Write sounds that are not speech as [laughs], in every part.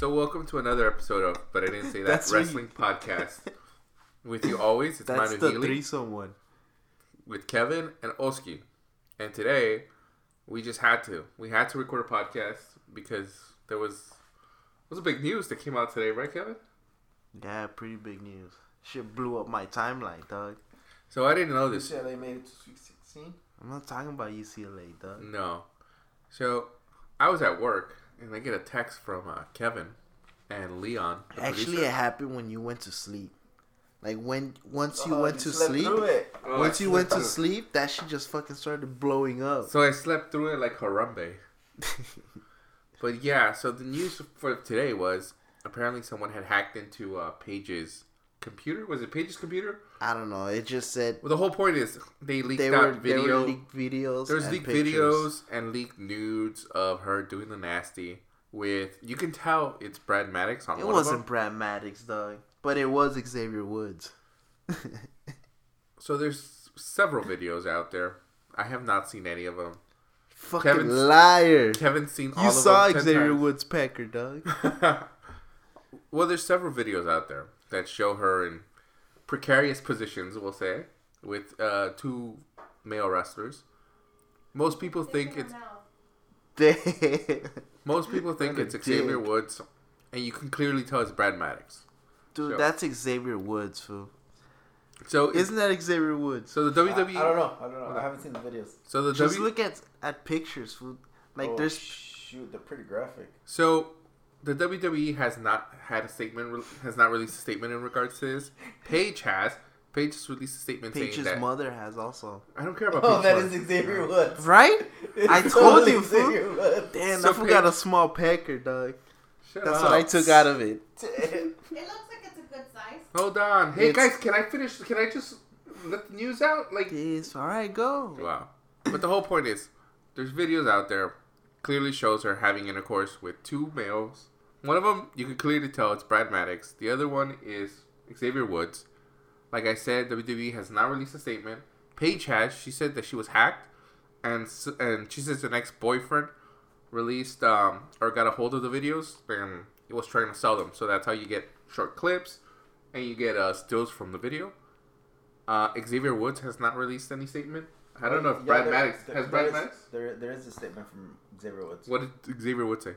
to another episode of, but I didn't say that That's wrestling podcast with you always. It's That's Manu the Healy threesome one. with Kevin and Oski, and today we just had to. We had to record a podcast because there was was a big news that came out today, right, Kevin? Yeah, pretty big news. Shit blew up my timeline, dog. So I didn't know this. UCLA made it to Sweet 16. I'm not talking about E UCLA, dog. No. So I was at work and I get a text from uh, Kevin and Leon. the Actually, producer. it happened when you went to sleep. Like when once you Oh, went to slept sleep, through it. Oh, [laughs] once I you went to slept sleep, that shit just fucking started [laughs] blowing up. So I slept through it like Harambe. But yeah, so the news for today was apparently someone had hacked into uh, Page's computer. Was it Page's computer? I don't know. It just said Well, the whole point is they leaked they were, out they were video. leaked videos. There's and leaked pictures. videos and leaked nudes of her doing the nasty. With you can tell it's Brad Maddox on It one of wasn't them. Brad Maddox, dog, but it was Xavier Woods. So there's several videos out there. I have not seen any of them. Fucking Kevin's- liar! Kevin's seen all you of saw them. 10 Xavier times. Woods [laughs] Packer, dog. [laughs] well, there's several videos out there that show her in precarious positions, we'll say, with uh, two male wrestlers. Most people think it's Damn. most people think Kinda it's Xavier dick. Woods, and you can clearly tell it's Brad Maddox. Dude, So- that's Xavier Woods, fool. So it's, Isn't that Xavier Woods? so the I, I WWE. don't know. I don't know. I haven't seen the videos. So the Just W. look at at pictures, fool. Like Oh, there's shoot, they're pretty graphic. So the WWE has not had a statement. re- Has not released a statement in regards to this. Paige has. Paige just released a statement saying Paige's that mother has also. I don't care about. [laughs] Oh, Paige's that mother. is Xavier Woods. Right? I [laughs] It's told totally you, fool. Xavier Woods. [laughs] Damn, So I forgot Paige- a small pecker, dog. Shut That's up. what I took out of it. It looks like it's a good size. Hold on. Hey It's- guys, can I finish? Can I just let the news out? Like Yes, all right, go. wow. But the whole point is, there's videos out there clearly shows her having intercourse with two males. One of them you can clearly tell it's Brad Maddox. The other one is Xavier Woods. Like I said, WWE has not released a statement. Paige has. She said that she was hacked, and s- and she says the next boyfriend released um, or got a hold of the videos and he was trying to sell them. So that's how you get short clips and you get uh, stills from the video. Uh, Xavier Woods has not released any statement. I don't know if Yeah, Brad there- Maddox there- has there Brad is- Maddox. There, there is a statement from Xavier Woods. What did Xavier Woods say?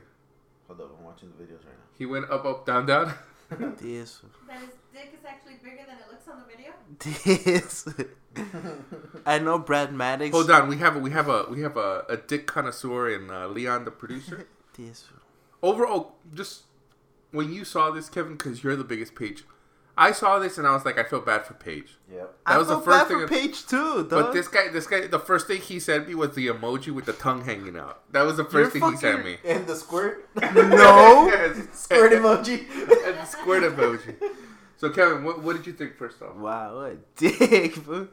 Hold up, I'm watching the videos right He went up, up, down, down. [laughs] now. This, That his dick is actually bigger than it looks on the video. this. [laughs] I know Brad Maddox. Hold on, we have a, we have a we have a, a dick connoisseur in uh, Leon the producer. [laughs] This, fool. overall, just when you saw this, Kevin, because you're the biggest Paige. I saw this and I was like, I feel bad for Paige. yep. That I was the felt first bad for thing that- Paige too, dog. But this guy, this guy, the first thing he sent me was the emoji with the tongue hanging out. That was the 1st You're thing he sent fucking- me. [laughs] [laughs] And the squirt. No. Yes. squirt emoji. And the squirt emoji. So Kevin, what, what did you think first off? Wow, what a dick, [laughs] fool.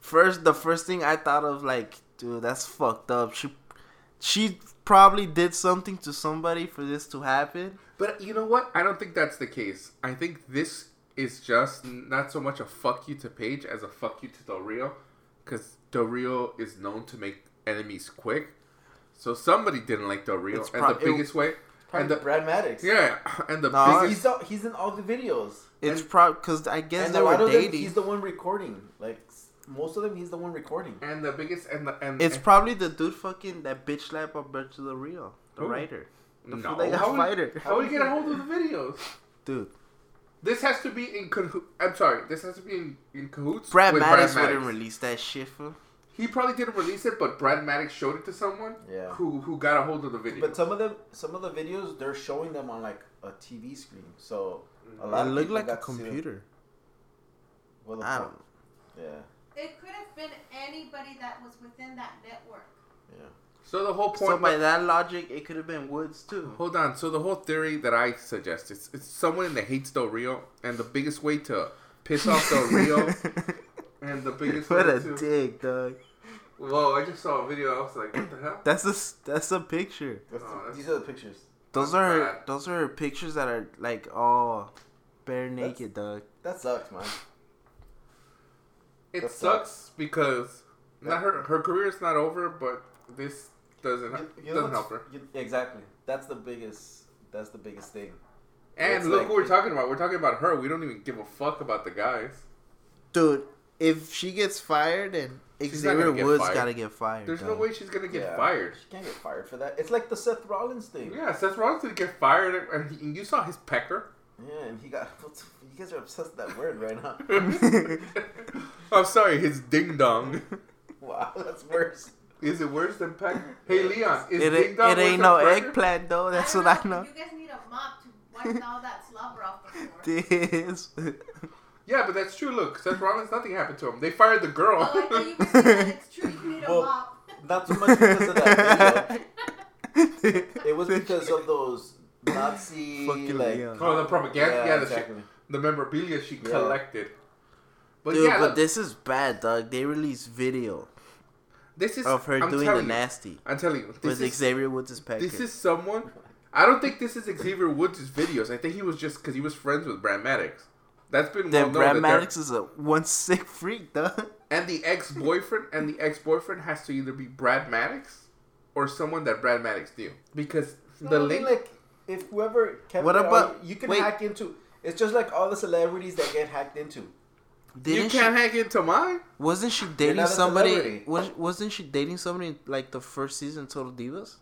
First, the first thing I thought of, like, dude, that's fucked up. She, she probably did something to somebody for this to happen. But you know what? I don't think that's the case. I think this is just not so much a fuck you to Paige as a fuck you to Del Rio, because Del Rio is known to make enemies quick. So somebody didn't like Del Rio, It's and prob- the biggest way, and Probably the Brad Maddox. yeah, and the No, biggest He's, all, he's in all the videos. It's probably because I guess And they a lot were of them, dating. he's the one recording. Like s- most of them, he's the one recording. and the biggest and the and it's and- probably the dude fucking that bitch slap Alberto Del Rio, the Who? writer, the no. fool that got How would, fired. how would you get a hold of the videos? dude. This has to be in cahoots. I'm sorry. This has to be in, in cahoots. Brad with Maddox Brad wouldn't Maddox. release that shit. Fool. He probably didn't release it, but Brad Maddox showed it to someone Yeah. who who got a hold of the video. But some of them, some of the videos, they're showing them on like a TV screen. So Mm. a lot It of looked people like a got to see them. computer. Well, the I pro- don't. Yeah, It could have been anybody that was within that network. yeah. so the whole point. So by that logic, it could have been Woods too. Hold on. So the whole theory that I suggest is it's someone that hates Del Rio, and the biggest way to piss off [laughs] Del Rio, and the biggest what way a to. dick, dog. Whoa! I just saw a video. I was like, what the hell? That's a s- that's a picture. That's Oh, the- that's- these are the pictures. Those That's are bad. those are pictures that are like all bare That's- naked, dog. That sucks, [laughs] man. It That's sucks because not her her career is not over, but this doesn't You- you know doesn't what's- help her. you- exactly. That's the biggest. That's the biggest thing. And It's look like- who we're talking about. We're talking about her. We don't even give a fuck about the guys. dude. If she gets fired, and She's not Xavier gonna get Woods fired. gotta get fired. There's no dog. [laughs] way she's gonna get Yeah. fired. She can't get fired for that. It's like the Seth Rollins thing. Yeah, Seth Rollins didn't get fired, and he- and you saw his [laughs] pecker. Yeah, and he got. [laughs] What the, you guys are obsessed with that word right [laughs] now. I'm sorry, his ding dong. wow, that's worse. Is it worse than pecker? Hey Leon, is It, ding ain't- dong it worse than ain't no pecker? eggplant though. Oh, That's don't what I [laughs] know. You guys need a mop to wipe [laughs] all that slobber off the floor. This. Yeah, but that's true. Look, Seth Rollins, nothing happened to him. They fired the girl. Oh, I thought you were saying that it's true. You need a Well- mop. [laughs] Not so much because of that [laughs] video. It was because of those Nazi Fucking like Leon. [laughs] Oh, the propaganda. Yeah, the, exactly. shit, the memorabilia she Yeah. collected. [laughs] But Dude, yeah, but look, this, this is bad, dog. They released video is of her I'm doing the telling you, nasty I'm telling you, this with is, Xavier Woods' pecker. this is Oh, someone. I don't think this is Xavier Woods' videos. I think he was just because he was friends with Brad Maddox. That's been well then known. Brad that they're- Maddox is a one sick freak, dog. and the ex boyfriend and the ex boyfriend has to either be Brad Maddox or someone that Brad Maddox knew because No, the I mean, link. like if whoever kept What it all, about- you can wait. hack into. It's just like all the celebrities that get hacked into. you Didn't she, can't hack into mine. wasn't she dating not a somebody? celebrity. Was, wasn't she dating somebody in, like the first season of Total Divas?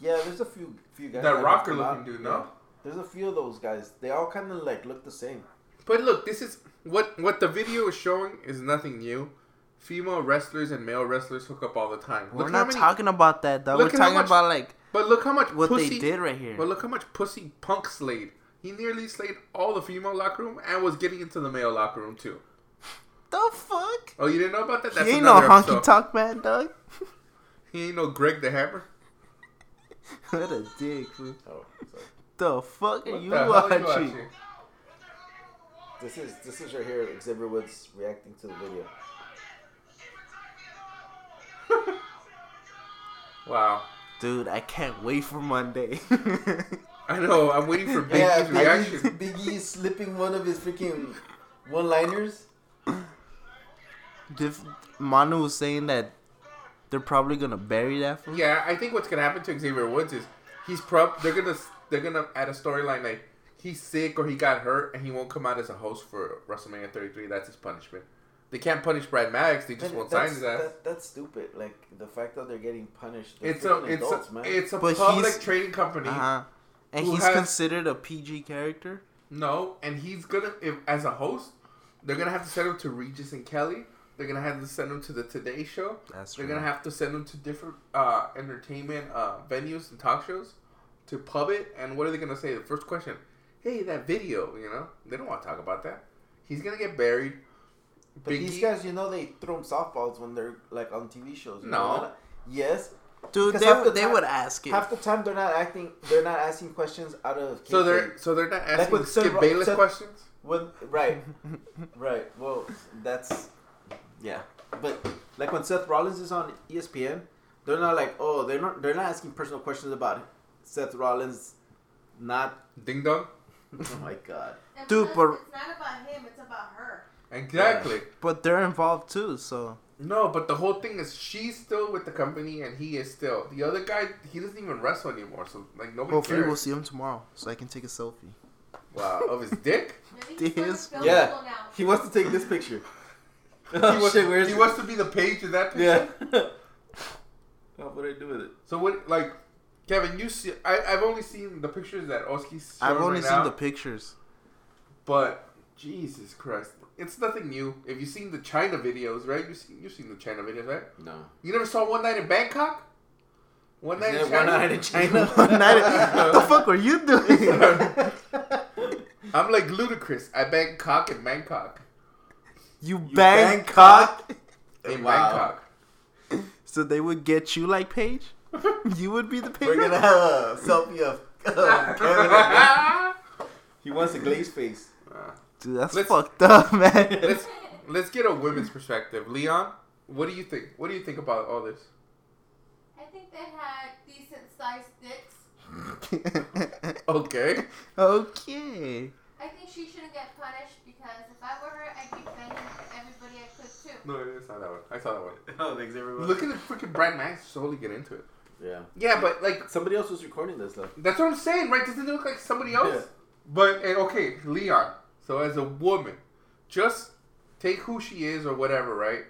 Yeah, there's a few few guys. That have rocker come looking out. dude, Yeah. no? There's a few of those guys. They all kind of like look the same. But look, this is what what the video is showing is nothing new. Female wrestlers and male wrestlers hook up all the time. We're look how not many, talking about that, dog. We're Look at how talking much- about like But look how much what pussy, they did right here. But look how much pussy Punk slayed. He nearly slayed all the female locker room and was getting into the male locker room too. the fuck? Oh, you didn't know about that? He ain't no another honky episode. tonk man, dog. [laughs] He ain't no Greg the Hammer. what a dick, fool. Oh, so The fuck are What you the hell are watching? you watching? this is this is right here. Xavier Woods reacting to the video. Wow. Dude, I can't wait for Monday. [laughs] I know. I'm waiting for Biggie's yeah, Biggie, [laughs] reaction. Biggie is slipping one of his freaking one-liners. Dif- Manu was saying that they're probably gonna bury that fool. Yeah, I think what's gonna happen to Xavier Woods is he's prob they're gonna they're gonna add a storyline like he's sick or he got hurt and he won't come out as a host for WrestleMania 33. That's his punishment. They can't punish Brad Maddox. They just And won't sign that's, his ass. that- that's stupid. Like the fact that they're getting punished. They're It's a freaking it's adults, a, man. it's a But public he's- trading company. Uh huh. And Who he's has- considered a PG character. No, and he's gonna if, as a host, they're gonna have to send him to Regis and Kelly. They're gonna have to send him to the Today Show. That's They're true. gonna have to send him to different uh, entertainment uh, venues and talk shows to pub it. And what are they gonna say? The first question, hey, that video, you know, they don't want to talk about that. He's gonna get buried. But Big these E- guys, you know, they throw them softballs when they're like on TV shows. you No. know, they're not- Yes. Dude, Because they, half the they time- would ask it. Half the time they're not acting. They're not asking questions out of. so kayfabe. they're so they're not Like asking with Seth Skip Ro- Bayless Seth- questions. When [laughs] right, right. Well, that's yeah. But like when Seth Rollins is on E ESPN, they're not like oh they're not they're not asking personal questions about Seth Rollins. Not Ding dong. oh my god. It's- Dude, it's- but- It's not about him, it's about her. Exactly. but they're involved too, so No, but the whole thing is she's still with the company and he is still the other guy. He doesn't even wrestle anymore, so like nobody hopefully cares. we'll see him tomorrow, so I can take a selfie. Wow, of [laughs] his dick. Maybe he's This- filming Yeah. now. [laughs] He [laughs] wants to take this [laughs] picture. oh, He wants, shit, where's he it? wants to be the page in that picture. Yeah. [laughs] what would I do with it? So what, like, Kevin? You see, I, I've only seen the pictures that Oski's shown I've only right seen now, [laughs] the pictures. [laughs] but Jesus Christ, it's nothing new. If you've seen the China videos, right? You seen you've seen the China videos, right? No. You never saw One Night in Bangkok? One night, in Yeah, China? one night in China. One night- what the fuck were you doing? [laughs] I'm like ludicrous. I Bangkok in Bangkok. you bang Bangkok. In Wow. Bangkok. So they would get you like Paige. [laughs] You would be the Paige. We're gonna have a uh, selfie of of Kevin. He wants a glaze face. Dude, that's Let's- fucked up, [laughs] man. let's [laughs] let's get a women's perspective. Leon, what do you think? What do you think about all this? I think they had decent sized dicks. [laughs] Okay. okay. I think she shouldn't get punished because if I were her, I'd be banging everybody I could too. No, it's not that one. I saw that one. Oh, thanks everyone. Look at the freaking Brad Max slowly get into it. Yeah. Yeah, but like Somebody else was recording this though. that's what I'm saying, right? Doesn't it look like somebody else? Yeah. But and okay, Leon. So as a woman, just take who she is or whatever, right?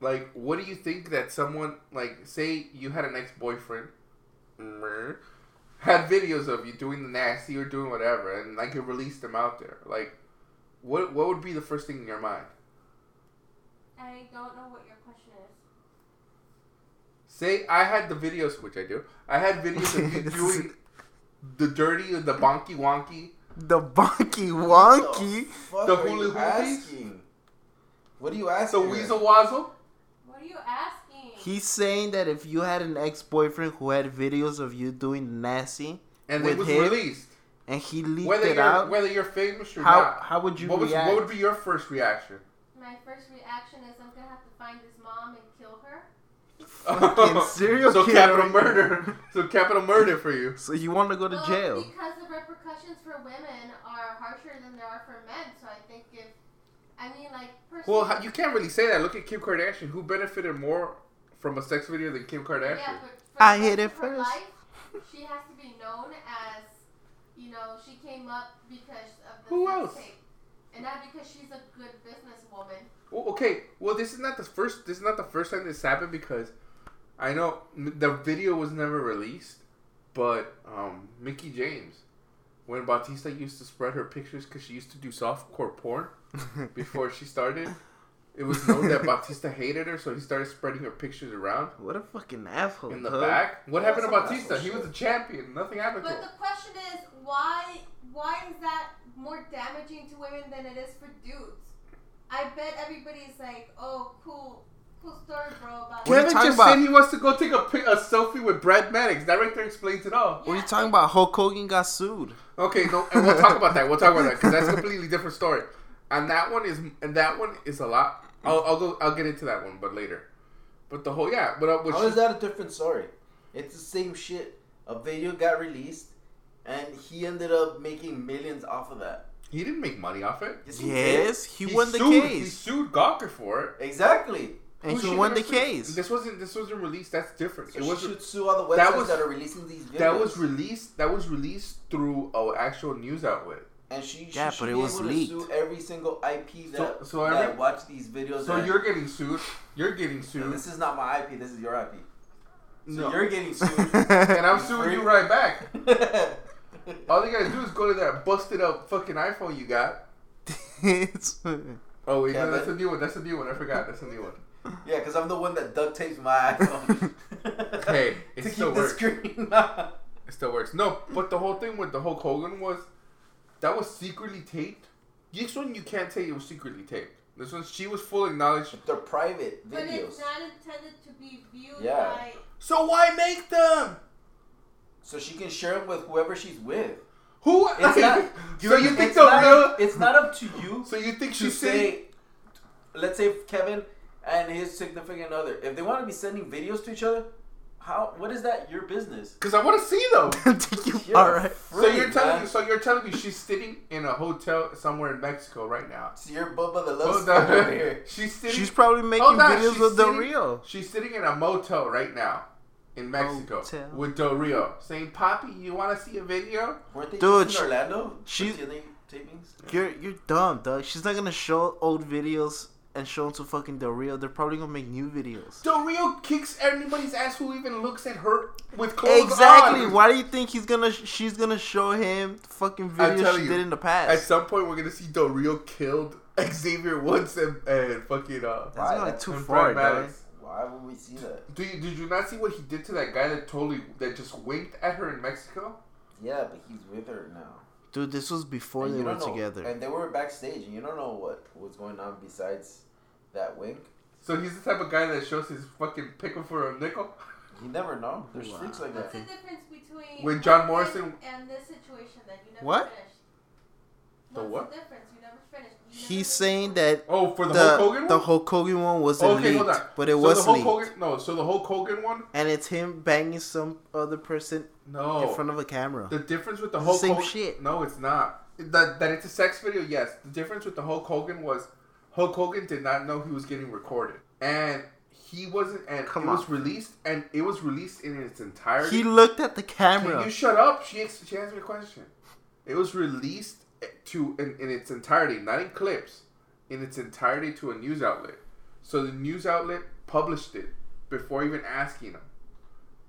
Like, what do you think that someone like say you had an ex boyfriend, mm-hmm, had videos of you doing the nasty or doing whatever, and like you released them out there? Like, what what would be the first thing in your mind? I don't know what your question is. Say I had the videos, which I do. I had videos of you doing the dirty or the bonky wonky. the bonky What wonky. fuck The are you hula hoopy? asking? What are you asking? So weasel wazzle. What are you asking? He's saying that if you had an ex boyfriend who had videos of you doing nasty and with it was him, released. and he leaked Whether it you're out, whether you're famous or how not, how would you what, was, react? what would be your first reaction? My first reaction is I'm gonna have to find his mom and kill her. [laughs] Fucking serial so killer. capital murder. So capital murder for you. [laughs] so you want to go to well, jail? Because the repercussions for women are harsher than there are for men. So I think if, I mean, like personally, Well, how- you can't really say that. Look at Kim Kardashian. Who benefited more from a sex video than Kim yeah, Kardashian? but for I the hit rest it of her first. Life, she has to be known as, you know, she came up because of the Who sex else? tape, and not because she's a good businesswoman. Well, okay. Well, this is not the first. This is not the first time this happened because I know m- the video was never released, but um, Mickey James, when Bautista used to spread her pictures because she used to do softcore porn before she started, it was known that Bautista hated her, so he started spreading her pictures around what a fucking asshole! in the huh? back. What That's happened to some Bautista? asshole He was shit. a champion. Nothing happened to But him. the question is, why? Why is that more damaging to women than it is for dudes? I bet everybody's like, "Oh, cool, cool story, bro." About What are you Kevin talking just about? said he wants to go take a, pic- a selfie with Brad Maddox. That right there explains it all. What are you Yeah. talking about? Hulk Hogan got sued. Okay, no, and we'll talk about that. We'll talk about that because that's a completely different story. And that one is, and that one is a lot. I'll, I'll go. I'll get into that one, but later. But the whole yeah, but uh, How was is that a different story? It's the same shit. A video got released, and he ended up making millions off of that. he didn't make money off it. Yes, he did. Yes, he, won the sued, He case, sued Gawker for it, Exactly. and Who he should won the have sued? case. This wasn't. This wasn't released. That's different. So it she was should sue all the websites that that, was- are releasing these videos. that was released. That was released through an actual news outlet. and she, she Yeah, should but it be was able to leaked. sue every single IP that, So- so I that re- watch these videos. So that- you're getting sued. You're getting No, sued. this is not my IP. This is your IP. So No. you're getting [laughs] sued. [laughs] and and I'm suing you right back. All All you gotta do is go to that busted up fucking iPhone you got. Oh wait, Yeah, no, that's but- a new one. That's a new one. I forgot. That's a new one. Yeah, because I'm the one that duct tapes my iPhone. [laughs] Hey, it [laughs] to keep still the works. screen. It still works. No, but the whole thing with the Hulk Hogan was that was secretly taped. This one you can't say it was secretly taped. This one she was full acknowledged. They're private But videos. it's not intended to be viewed Yeah. by. So why make them? So she can share them with whoever [laughs] she's with. Who? It's not. so you think it's the not real? Up, it's not up to you [laughs] So you think to she's sitting? say. Let's say Kevin and his significant other, if they want to be sending videos to each other, how? What is that? Your business. Because I want to see them. [laughs] You're all right. So free, you're telling man. me? So you're telling me she's sitting in a hotel somewhere in Mexico right now? So you're Bubba the Love Hold Sponge on. over [laughs] here. [laughs] She's sitting. She's probably making Hold on, videos Oh, she's with Del sitting- Rio. She's sitting in a motel right now in Mexico Motel. with Del Rio, saying, "Poppy, you want to see a video?" Weren't they Dude, just she- in Orlando? she- She, tapings? You're you're dumb, dog. She's not gonna show old videos and show them to fucking Del Rio. They're probably gonna make new videos. Del Rio kicks anybody's ass who even looks at her with clothes Exactly. on. Why do you think he's gonna? She's gonna show him fucking I'm videos telling she you, did in the At past. some point, we're gonna see Del Rio killed Xavier Woods and, and fucking uh. That's Why? going too and far, Brad dog. Maddox. Why would we see that? Do you, did you not see what he did to that guy that totally that just winked at her in Mexico? Yeah, but he's with her now. Dude, this was before And they you were don't know- together. And they were backstage, and you don't know what was going on besides that wink. So he's the type of guy that shows his fucking pickle for a nickel. You never know. There's Wow. freaks like What's that. the difference between When John what happened Morrison- and this situation that you never What? finished? The What's what? the difference? You never finished. You He's never finished. saying that Oh, for the, the Hulk Hogan the one. Hulk Hogan one wasn't leaked, but it so was the Hulk leaked, Hogan, no, so the Hulk Hogan one. and it's him banging some other person No, in front of a camera. Oh. The difference with the It's the Hulk same Hogan, shit. No, it's not. That that it's a sex video. Yes. The difference with the Hulk Hogan was Hulk Hogan did not know he was getting recorded, and He wasn't, and Come it on. was released, and it was released in its entirety. He looked at the Can camera. you shut up? She ex- she asked me a question. It was released to in, in its entirety, not in clips, in its entirety to a news outlet. So the news outlet published it before even asking him.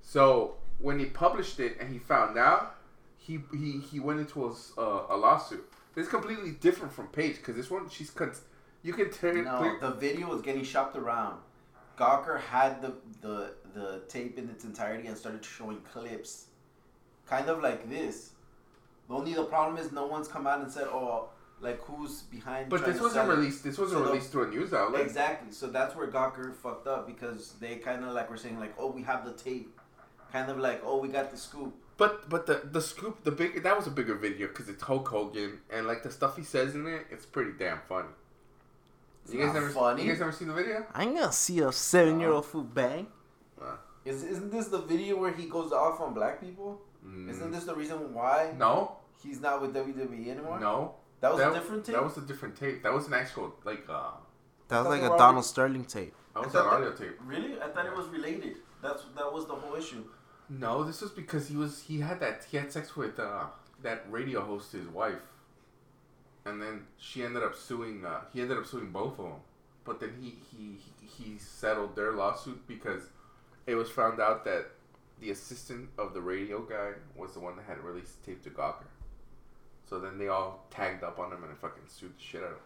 So when he published it and he found out, he he, he went into a, s- uh, a lawsuit. This is completely different from Paige because this one she's con- you can tell No, the video was getting shopped around. Gawker had the, the the tape in its entirety and started showing clips, kind of like this. The only the problem is no one's come out and said, "Oh, like who's behind?" but trying this to wasn't sell it?" released. This wasn't So the- released to a news outlet. Exactly. So that's where Gawker fucked up because they kind of like were saying like, "Oh, we have the tape," kind of like, "Oh, we got the scoop." But but the the scoop the big that was a bigger video because it's Hulk Hogan and like the stuff he says in it it's pretty damn funny. It's You guys not never funny. you guys never seen the video? I'm gonna see a seven Oh. year old food bang. Is, isn't this the video where he goes off on black people? Mm, Isn't this the reason why no he's not with WWE anymore? no that was a different tape. That was a different tape. That was an actual like uh That was That's like the a Robert- Donald Sterling tape. that was thought an audio that- tape. Really? I thought it was related. That's that was the whole issue. No, this was because he was he had that he had sex with uh that radio host his wife, and then she ended up suing uh he ended up suing both of them, but then he he he settled their lawsuit because it was found out that the assistant of the radio guy was the one that had released the tape to Gawker, so then they all tagged up on him and fucking sued the shit out of him.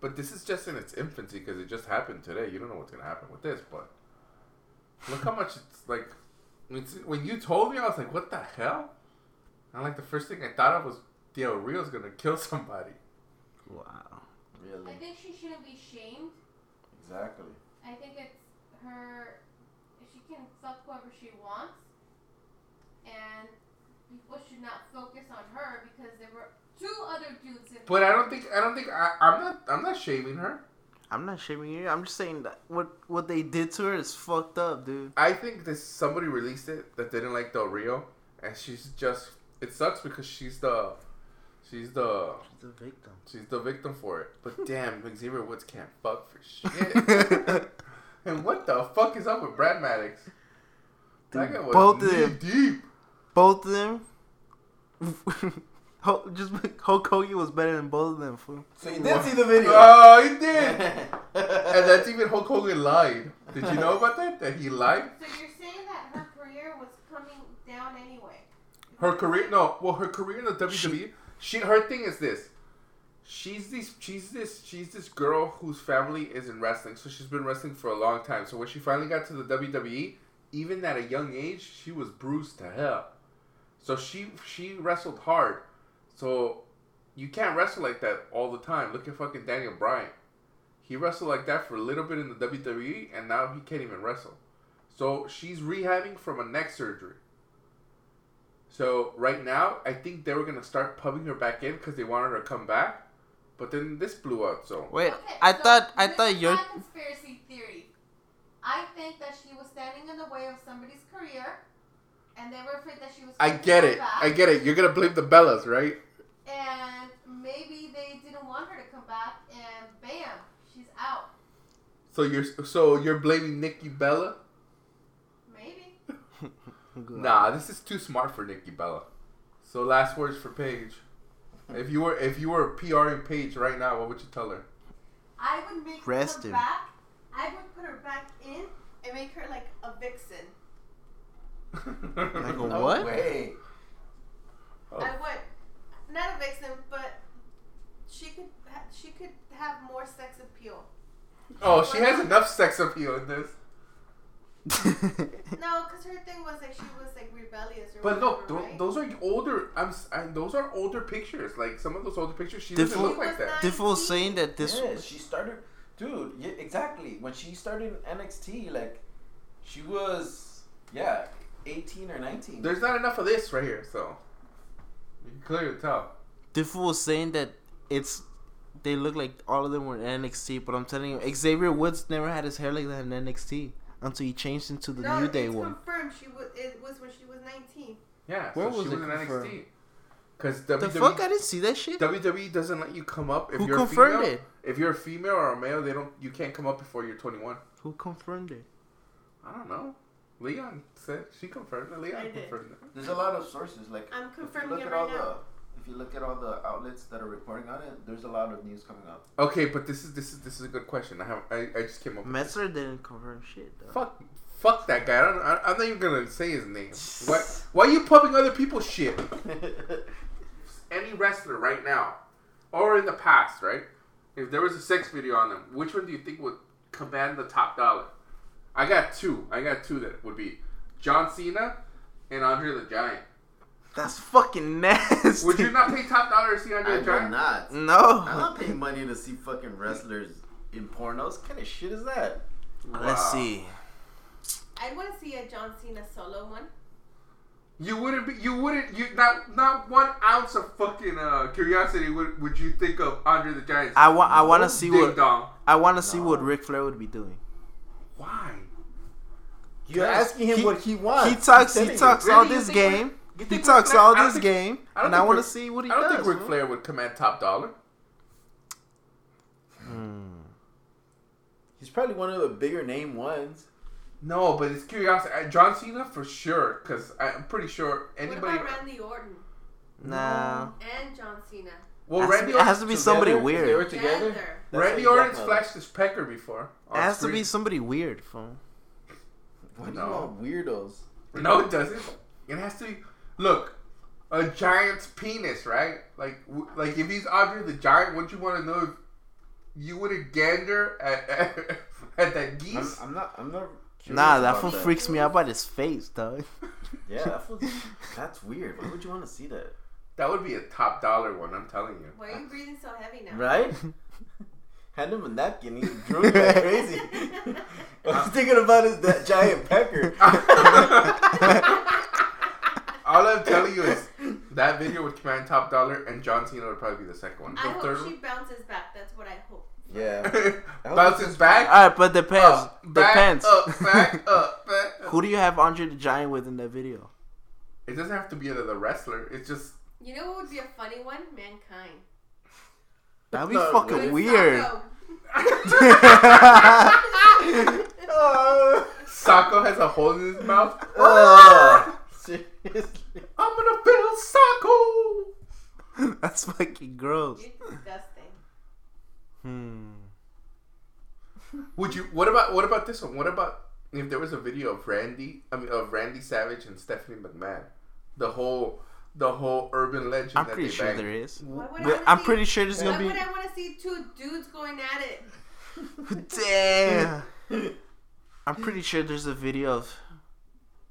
But this is just in its infancy because it just happened today. You don't know what's gonna happen with this, but look how much it's like when, when you told me, I was like, "What the hell?" And like the first thing I thought of was, "Del Rio's gonna kill [laughs] somebody." Wow. I Really? think she shouldn't be shamed. Exactly. I think it's her. She can fuck whoever she wants, and people should not focus on her because there were two other dudes in. But I don't think I don't think I, I'm not I'm not shaming her. I'm not shaming you. I'm just saying that what what they did to her is fucked up, dude. I think that somebody released it that didn't like Del Rio, and she's just it sucks because she's the she's the The victim. she's the victim for it. But damn, Xavier Woods can't fuck for [laughs] shit. and what the fuck is up with Brad Maddox? That guy was Both of knee them. deep. [laughs] Both of them. [laughs] Hulk- just Hulk Hogan was better than both of them. Fool. So you What? did see the video. Oh, he did. And that's even Hulk Hogan lied. Did you know about that? That he lied? So you're saying that her career was coming down anyway? Her career, no, well, her career in the WWE. She, She- her thing is this. She's this, she's this, she's this girl whose family is in wrestling, so she's been wrestling for a long time. So when she finally got to the WWE, even at a young age, she was bruised to hell. So she she wrestled hard. So you can't wrestle like that all the time. Look at fucking Daniel Bryan. He wrestled like that for a little bit in the WWE, and now he can't even wrestle. So she's rehabbing from a neck surgery. So right now, I think they were gonna start pumping her back in because they wanted her to come back, but then this blew out. So Wait, Okay, I so thought I this thought is your my conspiracy theory. I think that she was standing in the way of somebody's career, and they were afraid that she was. I gonna get come it. back, I get it. You're gonna blame the Bellas, right? and maybe they didn't want her to come back, and bam, she's out. So you're so you're blaming Nikki Bella? Maybe. Nah, this is too smart for Nikki Bella. So last words for Paige. If you were if you were PRing Paige right now, what would you tell [laughs] her? I would make Rest her him. back. I would put her back in and make her like a vixen. Like a [laughs] [laughs] No What? way. I Oh. would, not a vixen, but she could ha- she could have more sex [laughs] appeal. oh, she has enough sex appeal in this. [laughs] No, because her thing was like she was like rebellious. Or But whatever, look, tho- right? those are older. I'm s- and those are older pictures. Like some of those older pictures, she doesn't Different- look like that. Diffel was saying that this. yeah, she started, dude. Yeah, exactly. When she started in NXT, like, she was yeah, eighteen or nineteen. There's not enough of this right here, so you can clearly tell. Diffel was saying that it's they look like all of them were in NXT, but I'm telling you, Xavier Woods never had his hair like that in NXT until he changed into the no, New Day it's one. confirmed she was. It was when she was nineteen. Yeah, Where so was she it was in NXT. confirmed? Because The WWE, fuck? I didn't see that shit. WWE E doesn't let you come up if Who you're confirmed female. it? If you're a female or a male, they don't. You can't come up before you're 21. Who confirmed it? I don't know. Leon said she confirmed it. Leon I did. confirmed it. There's a lot of sources. Like I'm if you confirming look it at right all now. The, if you look at all the outlets that are reporting on it, there's a lot of news coming [laughs] up. Okay, but this is this is this is a good question. I have I, I just came up. with Messer didn't confirm shit though. Fuck, fuck that guy. I don't, I, I'm not even gonna say his name. Why, why are you pumping other people's shit? Any wrestler right now, or in the past, right? If there was a sex video on them, which one do you think would command the top dollar? I got two. I got two that would be John Cena and Andre the Giant. That's fucking nasty. Would you not pay top dollar to see Andre I the will Giant? not. Mm. [laughs] I'm No. not paying money to see fucking wrestlers in pornos. What kind of shit is that? Wow. Let's see. I want to see a John Cena solo one. You wouldn't be. You wouldn't. You not not one ounce of fucking uh, curiosity would would you think of Andre the Giant? I want. I want to see Oh, Ding what. dong. I want to see what No. Ric Flair would be doing. Why? You're Yeah. asking him He- what he wants. He talks. He's He telling talks Really? all You this think Ric- game. you He think talks Ric Flair- all I this think- game, I don't and I think want to Ric- see what I he don't does. think Ric fool. Flair would command top dollar. you. He's probably one of the bigger name ones. No, but it's curiosity. Uh, John Cena for sure, because I'm pretty sure What anybody. about Randy Orton Nah. and John Cena? Well, Has to Randy be- has Orton's to be together. somebody Together, weird. They were together. Together. That's Randy how you Orton's got them. flashed his pecker before. It on has to be screen. somebody weird, fool. What do you No. want weirdos? No, it doesn't. It has to be. Look, a giant's penis, right? Like, w- like if he's Andre the Giant, wouldn't you want to know? If you wouldn't gander at at, [laughs] at that I'm, geese. I'm not. I'm not. curious Nah, that about fool freaks me out by his [laughs] face, dog. Yeah, that fool, that's weird. Why would you want to see that? That would be a top dollar one. I'm telling you. Why are you breathing so heavy now? Right? [laughs] Hand him a napkin. He's drooling like [laughs] crazy. All I'm thinking about is that giant pecker. [laughs] All I'm telling you [laughs] is that video would command top dollar, and John Cena would probably be the second one. [laughs] The I hope third she bounces back. That's what I hope. yeah. one bounces back, All right, but depends. up, back Depends. up, [laughs] back up, back up. Who do you have Andre the Giant with in that video? It doesn't have to be another wrestler. It's just [laughs] You know what would be a funny one? Mankind. That'd be No, fucking Good weird. Socko. [laughs] Oh, Socko has a hole in his mouth. Uh. oh, seriously. I'm gonna build Socko. That's fucking gross. You're disgusting. Hmm. Would you? What about what about this one? What about if there was a video of Randy? I mean, of Randy Savage and Stephanie McMahon, the whole the whole urban legend. I'm that pretty they sure banged. there is. Why would I But wanna I'm see- pretty sure there's Why gonna would be. I want to see two dudes going at it? Damn. [laughs] I'm pretty sure there's a video of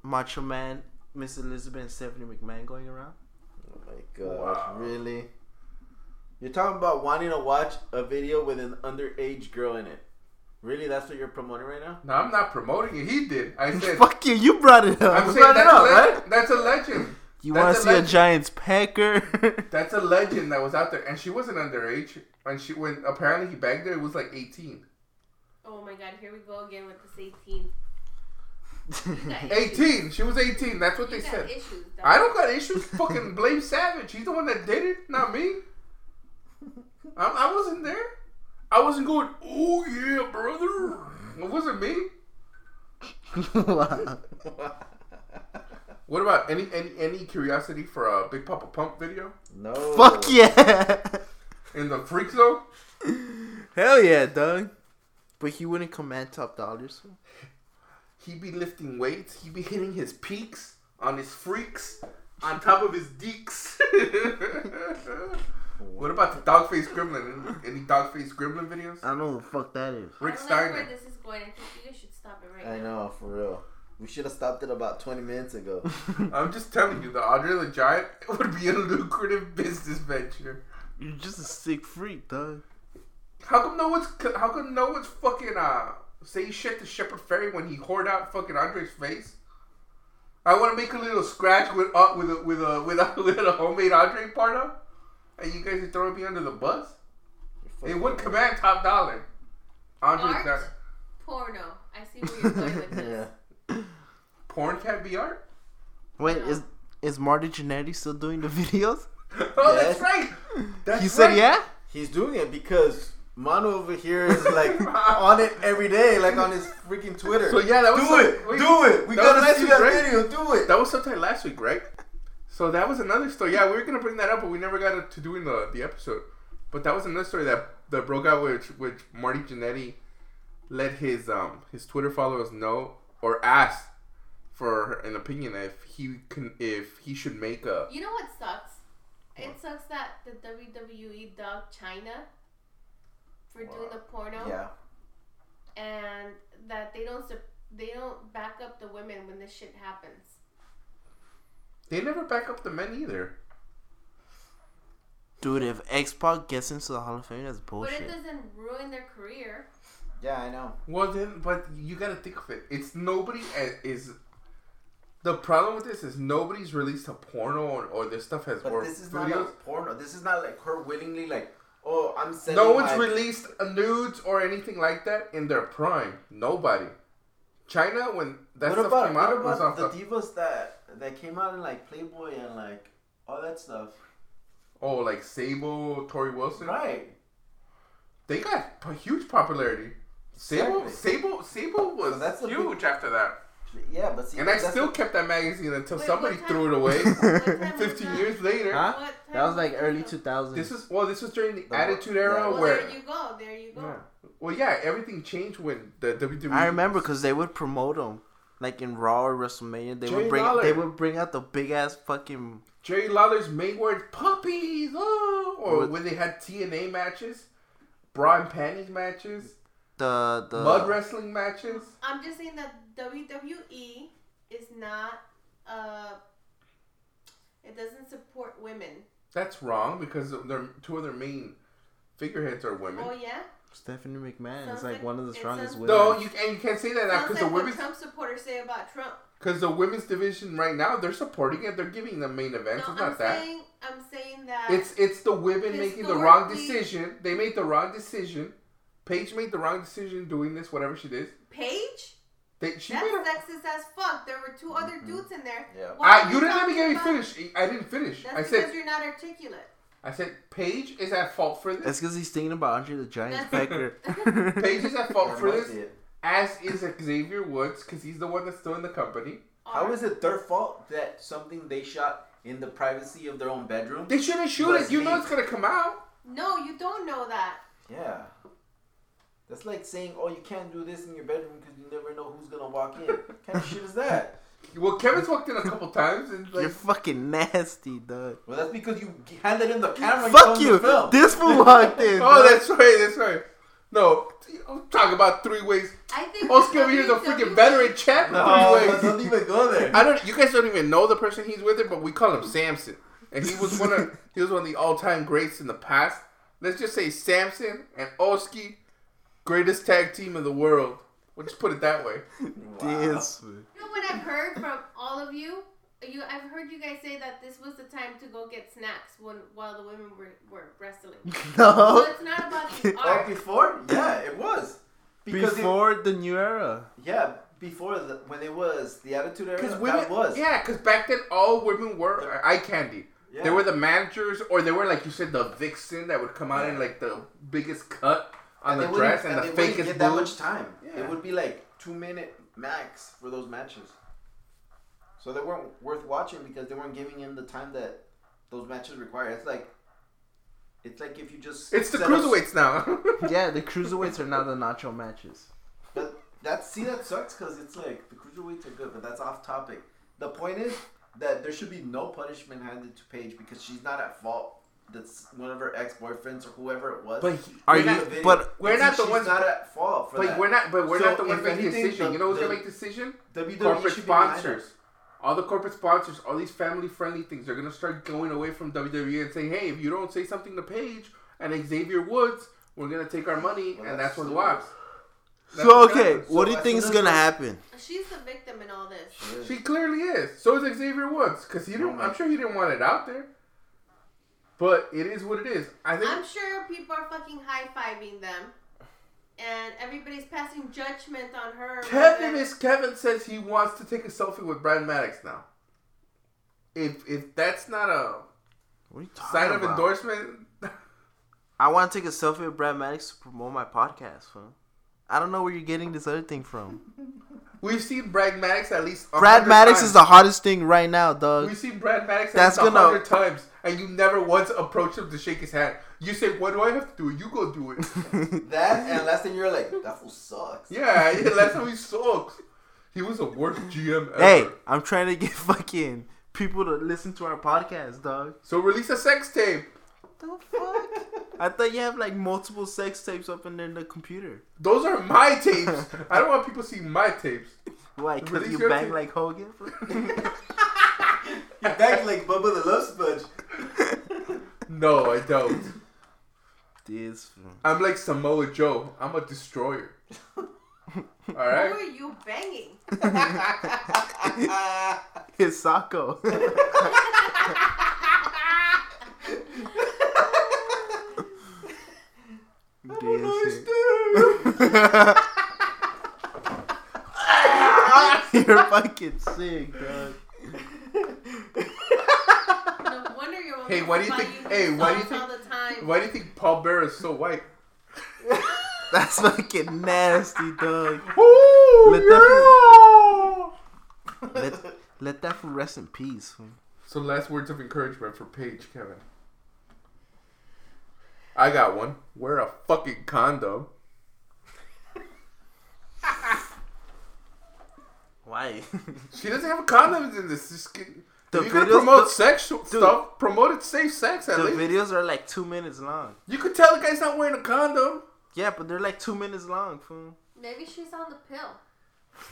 Macho Man, Miss Elizabeth, and Stephanie McMahon going around. Oh my god, Wow. really? You're talking about wanting to watch a video with an underage girl in it. Really? That's what you're promoting right [laughs] now? No, I'm not promoting it. He did. I said. Fuck you, you brought it up. I'm You saying brought it that's, up, a right? legend. that's a legend. You That's want a to see a legend. Giants [laughs] pecker? That's a legend that was out there, and she wasn't underage. And she when apparently he banged her, it was like 18. Oh my god, here we go again with this 18. You got issues. 18. She was 18. That's what You they got said. issues, dog. I don't got issues. Fucking blame Savage. He's the one that did it, not me. I, I wasn't there. I wasn't going. Oh yeah, brother. It wasn't me. Wow. What about any any any curiosity for a Big Papa Pump video no. [laughs] Fuck yeah. in the Freak Zone? Hell yeah, Doug. But he wouldn't command top dollars. He be lifting weights. He be hitting his peaks on his freaks on top of his deeks. [laughs] what about the dog face gremlin? Any, any dog face gremlin videos? I don't know what the fuck that is. Rick I don't like where Steiner. this is going. I think you guys should stop it right I now. know, for real. We should have stopped it about 20 minutes [laughs] ago. I'm just telling you, the Andre the Giant [laughs] would be a lucrative business venture. [laughs] You're just a sick freak, Doug. How come no one's how come no one's fucking uh say shit to Shepard Ferry when he hoard out fucking Andre's face? I want to make a little scratch with uh, with a with a with a [laughs] little homemade Andre part up, and you guys are throwing me under the bus. It would command top dollar. Andre the Art? Giant. Porno. I see where you're going with [laughs] Yeah. this. Porn can't be art. [laughs] Wait, is is Marty Jannetty still doing the videos? Oh, that's Yes. right. That's He said, right. yeah? He's doing it because Mano over here [laughs] is like on it every day, like on his freaking Twitter. So yeah, that was do some- it, wait, do it. We that was gotta last see week, that right? video. Do it. That was sometime last week, right? So that was another story. Yeah, we were gonna bring that up, but we never got to doing the the episode. But that was another story that that broke out, which which Marty Jannetty let his um his Twitter followers know or asked for an opinion if he can if he should make a You know what sucks? It What? sucks that the WWE dubbed China for doing Wow. the porno, [laughs] Yeah, and that they don't sup- they don't back up the women when this shit happens. they never back up the men either. Dude, if X Pac gets into the Hall of Fame, that's But it bullshit. doesn't ruin their [laughs] career. yeah, I know. Well, then, but you gotta think of it. It's nobody a- is. The problem with this is nobody's released a porno or, or this stuff has But or this is not videos. like porno. This is not like her willingly like. Oh, I'm sending. No one's my- released a nudes or anything like that in their prime. Nobody. China when that What stuff about, came what out it was about off the the, divas that that came out in like Playboy and like all that stuff? oh like Sable, Tori Wilson. Right. They got p- huge popularity. Sable, Exactly. Sable, Sable was So that's the huge after that, Yeah, but see, and I that's still the- kept that magazine until Wait, somebody what time- [laughs] threw it away. What time was Fifteen that? years later, Huh? What time That was like early that? 2000s. this is well, this was during the The- Attitude yeah. Era Well, where. there you go. There you go. Yeah. Well, yeah, everything changed when the E WWE. I remember because they would promote them, like in Raw or WrestleMania. They Jerry would bring Lawler. they would bring out the big ass fucking. Jerry Lawler's Mayweather puppies, oh, or With- when they had TNA matches, bra and panties matches, The the mud wrestling matches. I'm just saying that WWE is not. Uh, it doesn't support women. That's wrong because their two of their main figureheads are women. Oh yeah. Stephanie McMahon Sounds is like, like- one of the it strongest sounds- women. No, you and you can't say that now Sounds because like the what women's Trump supporters say about Trump. because the women's division right now they're supporting it. They're giving them main events. no, it's not I'm that. saying I'm saying that It's it's the women making the wrong Historically- decision. They made the wrong decision. Paige made the wrong decision doing this. Whatever she did, Paige. they, she That's made a sexist as fuck. There were two other dudes in there. Yeah. Why I, are you didn't let me talking get me about- finish. I didn't finish. That's I because said, you're not articulate. I said, Paige is at fault for this. It's because he's thinking about Andre the [laughs] Giant That's- Pecker. [laughs] Paige is at That fault for must this, be it. as is Xavier Woods, because he's the one that's still in the company. How is it their fault that something they shot in the privacy of their own bedroom? They shouldn't shoot it. Was You know me. it's gonna come out. No, you don't know that. Yeah. That's like saying, oh, you can't do this in your bedroom because you never know who's gonna walk in. what kind of shit [laughs] is that? Well, Kevin's walked in a couple times, and [laughs] You're like, fucking nasty, dog. Well, that's because you handed him the camera. Fuck told him you. to film. This fool walked in. oh, dog. that's right, that's right. No, I'm talking about three ways. I think Oscar over here, the freaking WWE veteran champ. [laughs] No, three but ways. [laughs] don't even go there. I don't. You guys don't even know the person he's with, it, but we call him Samson, and he was one [laughs] of he was one of the all time greats in the past. Let's just say Samson and Oski, greatest tag team in the world. We'll just put it that way. Wow. [laughs] This fool. You know what I've heard from all of you? You, I've heard you guys say that this was the time to go get snacks when while the women were, were wrestling. [laughs] So No. it's not about the Oh, art. before? Yeah, it was. Because it- Before the new era. yeah, before the, when it was the Attitude Era. Because that women, was. yeah, because back then all women were eye candy. They Yeah. were the managers, or they were like you said, the vixen that would come out in like the biggest cut on And the they dress and, wouldn't- the they wouldn't fakest get that much boobs. time. Yeah. It would be like two minute max for those matches. So they weren't worth watching because they weren't giving him the time that those matches require. It's like, it's like if you just It's the set up- cruiserweights now. [laughs] Yeah, the cruiserweights are now the nacho matches. But that see that sucks because it's like the cruiserweights are good, but that's off topic. The point is that there should be no punishment handed to Paige because she's not at fault. That's one of her ex boyfriends or whoever it was. But he- Are We're you- not video- but- We're not the she's ones- not at fault for but that. we're not. But we're So not the ones if making anything, decision. the- you know who's the- gonna make decision? WWE corporate should be behind her. sponsors. All the corporate sponsors, all these family friendly things, they're gonna start going away from WWE and saying, "Hey, if you don't say something to Paige and Xavier Woods, we're gonna take our money," Well, and that's that's what stupid. WAPs. That's So what okay, happens. what do you I think is feel gonna like- happen? She's the victim in all this. She clearly is. So is Xavier Woods, because he didn't. I'm sure he didn't want it out there. But it is what it is. I think. I'm sure people are fucking high fiving them, and everybody's passing judgment on her. Kevin whether- is Kevin says he wants to take a selfie with Brad Maddox now. If if that's not a What are you talking Sign of about? endorsement. I want to take a selfie with Brad Maddox to promote my podcast, fool. I don't know where you're getting this other thing from. We've seen Brad Maddox at least. a Brad hundred Maddox times. is the hottest thing right now, dog. We've seen Brad Maddox at That's least a gonna- hundred times, and you never once approached him to shake his hand. You say, "What do I have to do? You go do [laughs] it." That [laughs] and last thing you're like, that fool sucks. yeah, yeah, that's how he sucks. He was the worst GM ever. hey, I'm trying to get [laughs] fucking people to listen to our podcast, dog. So release a sex tape. The fuck? I thought you have like multiple sex tapes up in there in the computer. Those are my [laughs] tapes. I don't want people seeing my tapes. Why? Cause Release you your bang tape. [laughs] like Hogan? fool? You act like Bubba the Love [laughs] Sponge. [laughs] No, I don't. this. fool. I'm like Samoa Joe. I'm a [laughs] destroyer. All Who right. are you banging? It's Socko. [laughs] This shit. [laughs] You're fucking sick, dog. No wonder you're. Hey, why do you think- somebody hey, who why do you sucks All the time. Why do you think Paul Bear is so white? That's fucking nasty, dog. Ooh, Let that Let, let that fool rest in peace. fool. So last words of encouragement for Paige, Kevin. I got one. Wear a fucking condom. Why? She doesn't have condoms in this. Just get, The if you're gonna videos- promote the- sexual stuff, promote it safe sex at [laughs] the least. videos are like two minutes long. you could tell the guy's not wearing a condom. Yeah, but they're like two minutes long, fool. Maybe she's on the pill.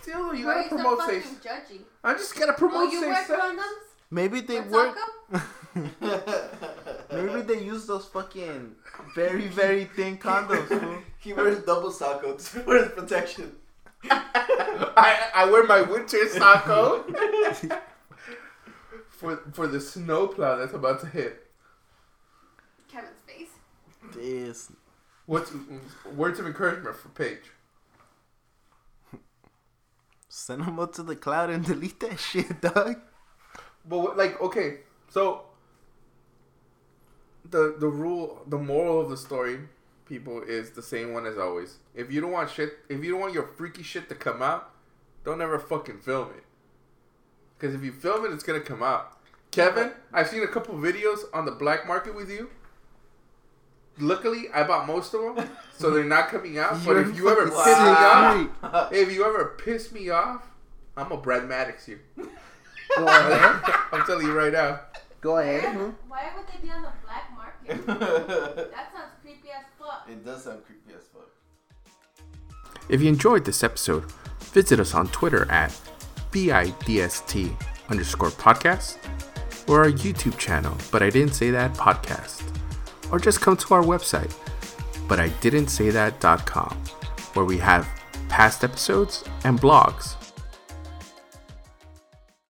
Still, you Why are gotta you promote so safe. fucking judgy? I just gotta Oh, promote you wear safe sex. condoms? Maybe they For work. taco? Maybe they use those fucking very very thin condoms. fool. He wears double sockos [laughs] for his protection. [laughs] I, I wear my winter socko [laughs] [laughs] for for the snowplow that's about to hit. Kevin's face. This What's words of encouragement for Paige? send them up to the cloud and delete that shit, dog. But what- like, okay, so the the rule, the moral of the story, people, is the same one as always. If you don't want shit, if you don't want your freaky shit to come out, don't ever fucking film it. Because if you film it, it's gonna come out. Kevin, I've seen a couple videos on the black market with you. Luckily, I bought most of them, so they're not coming out. But if you ever piss fucking me off, sick. if you ever piss me off, I'm a Brad Maddox you. Go ahead. I'm telling you right now. Go Why ahead. Mm-hmm. why would they be on the black market? [laughs] it That sounds creepy as fuck. does sound creepy as fuck. If you enjoyed this episode, visit us on Twitter at BIDST underscore podcast or our YouTube channel, but I didn't say that podcast. Or just come to our website, but I didn't say that.com, where we have past episodes and blogs.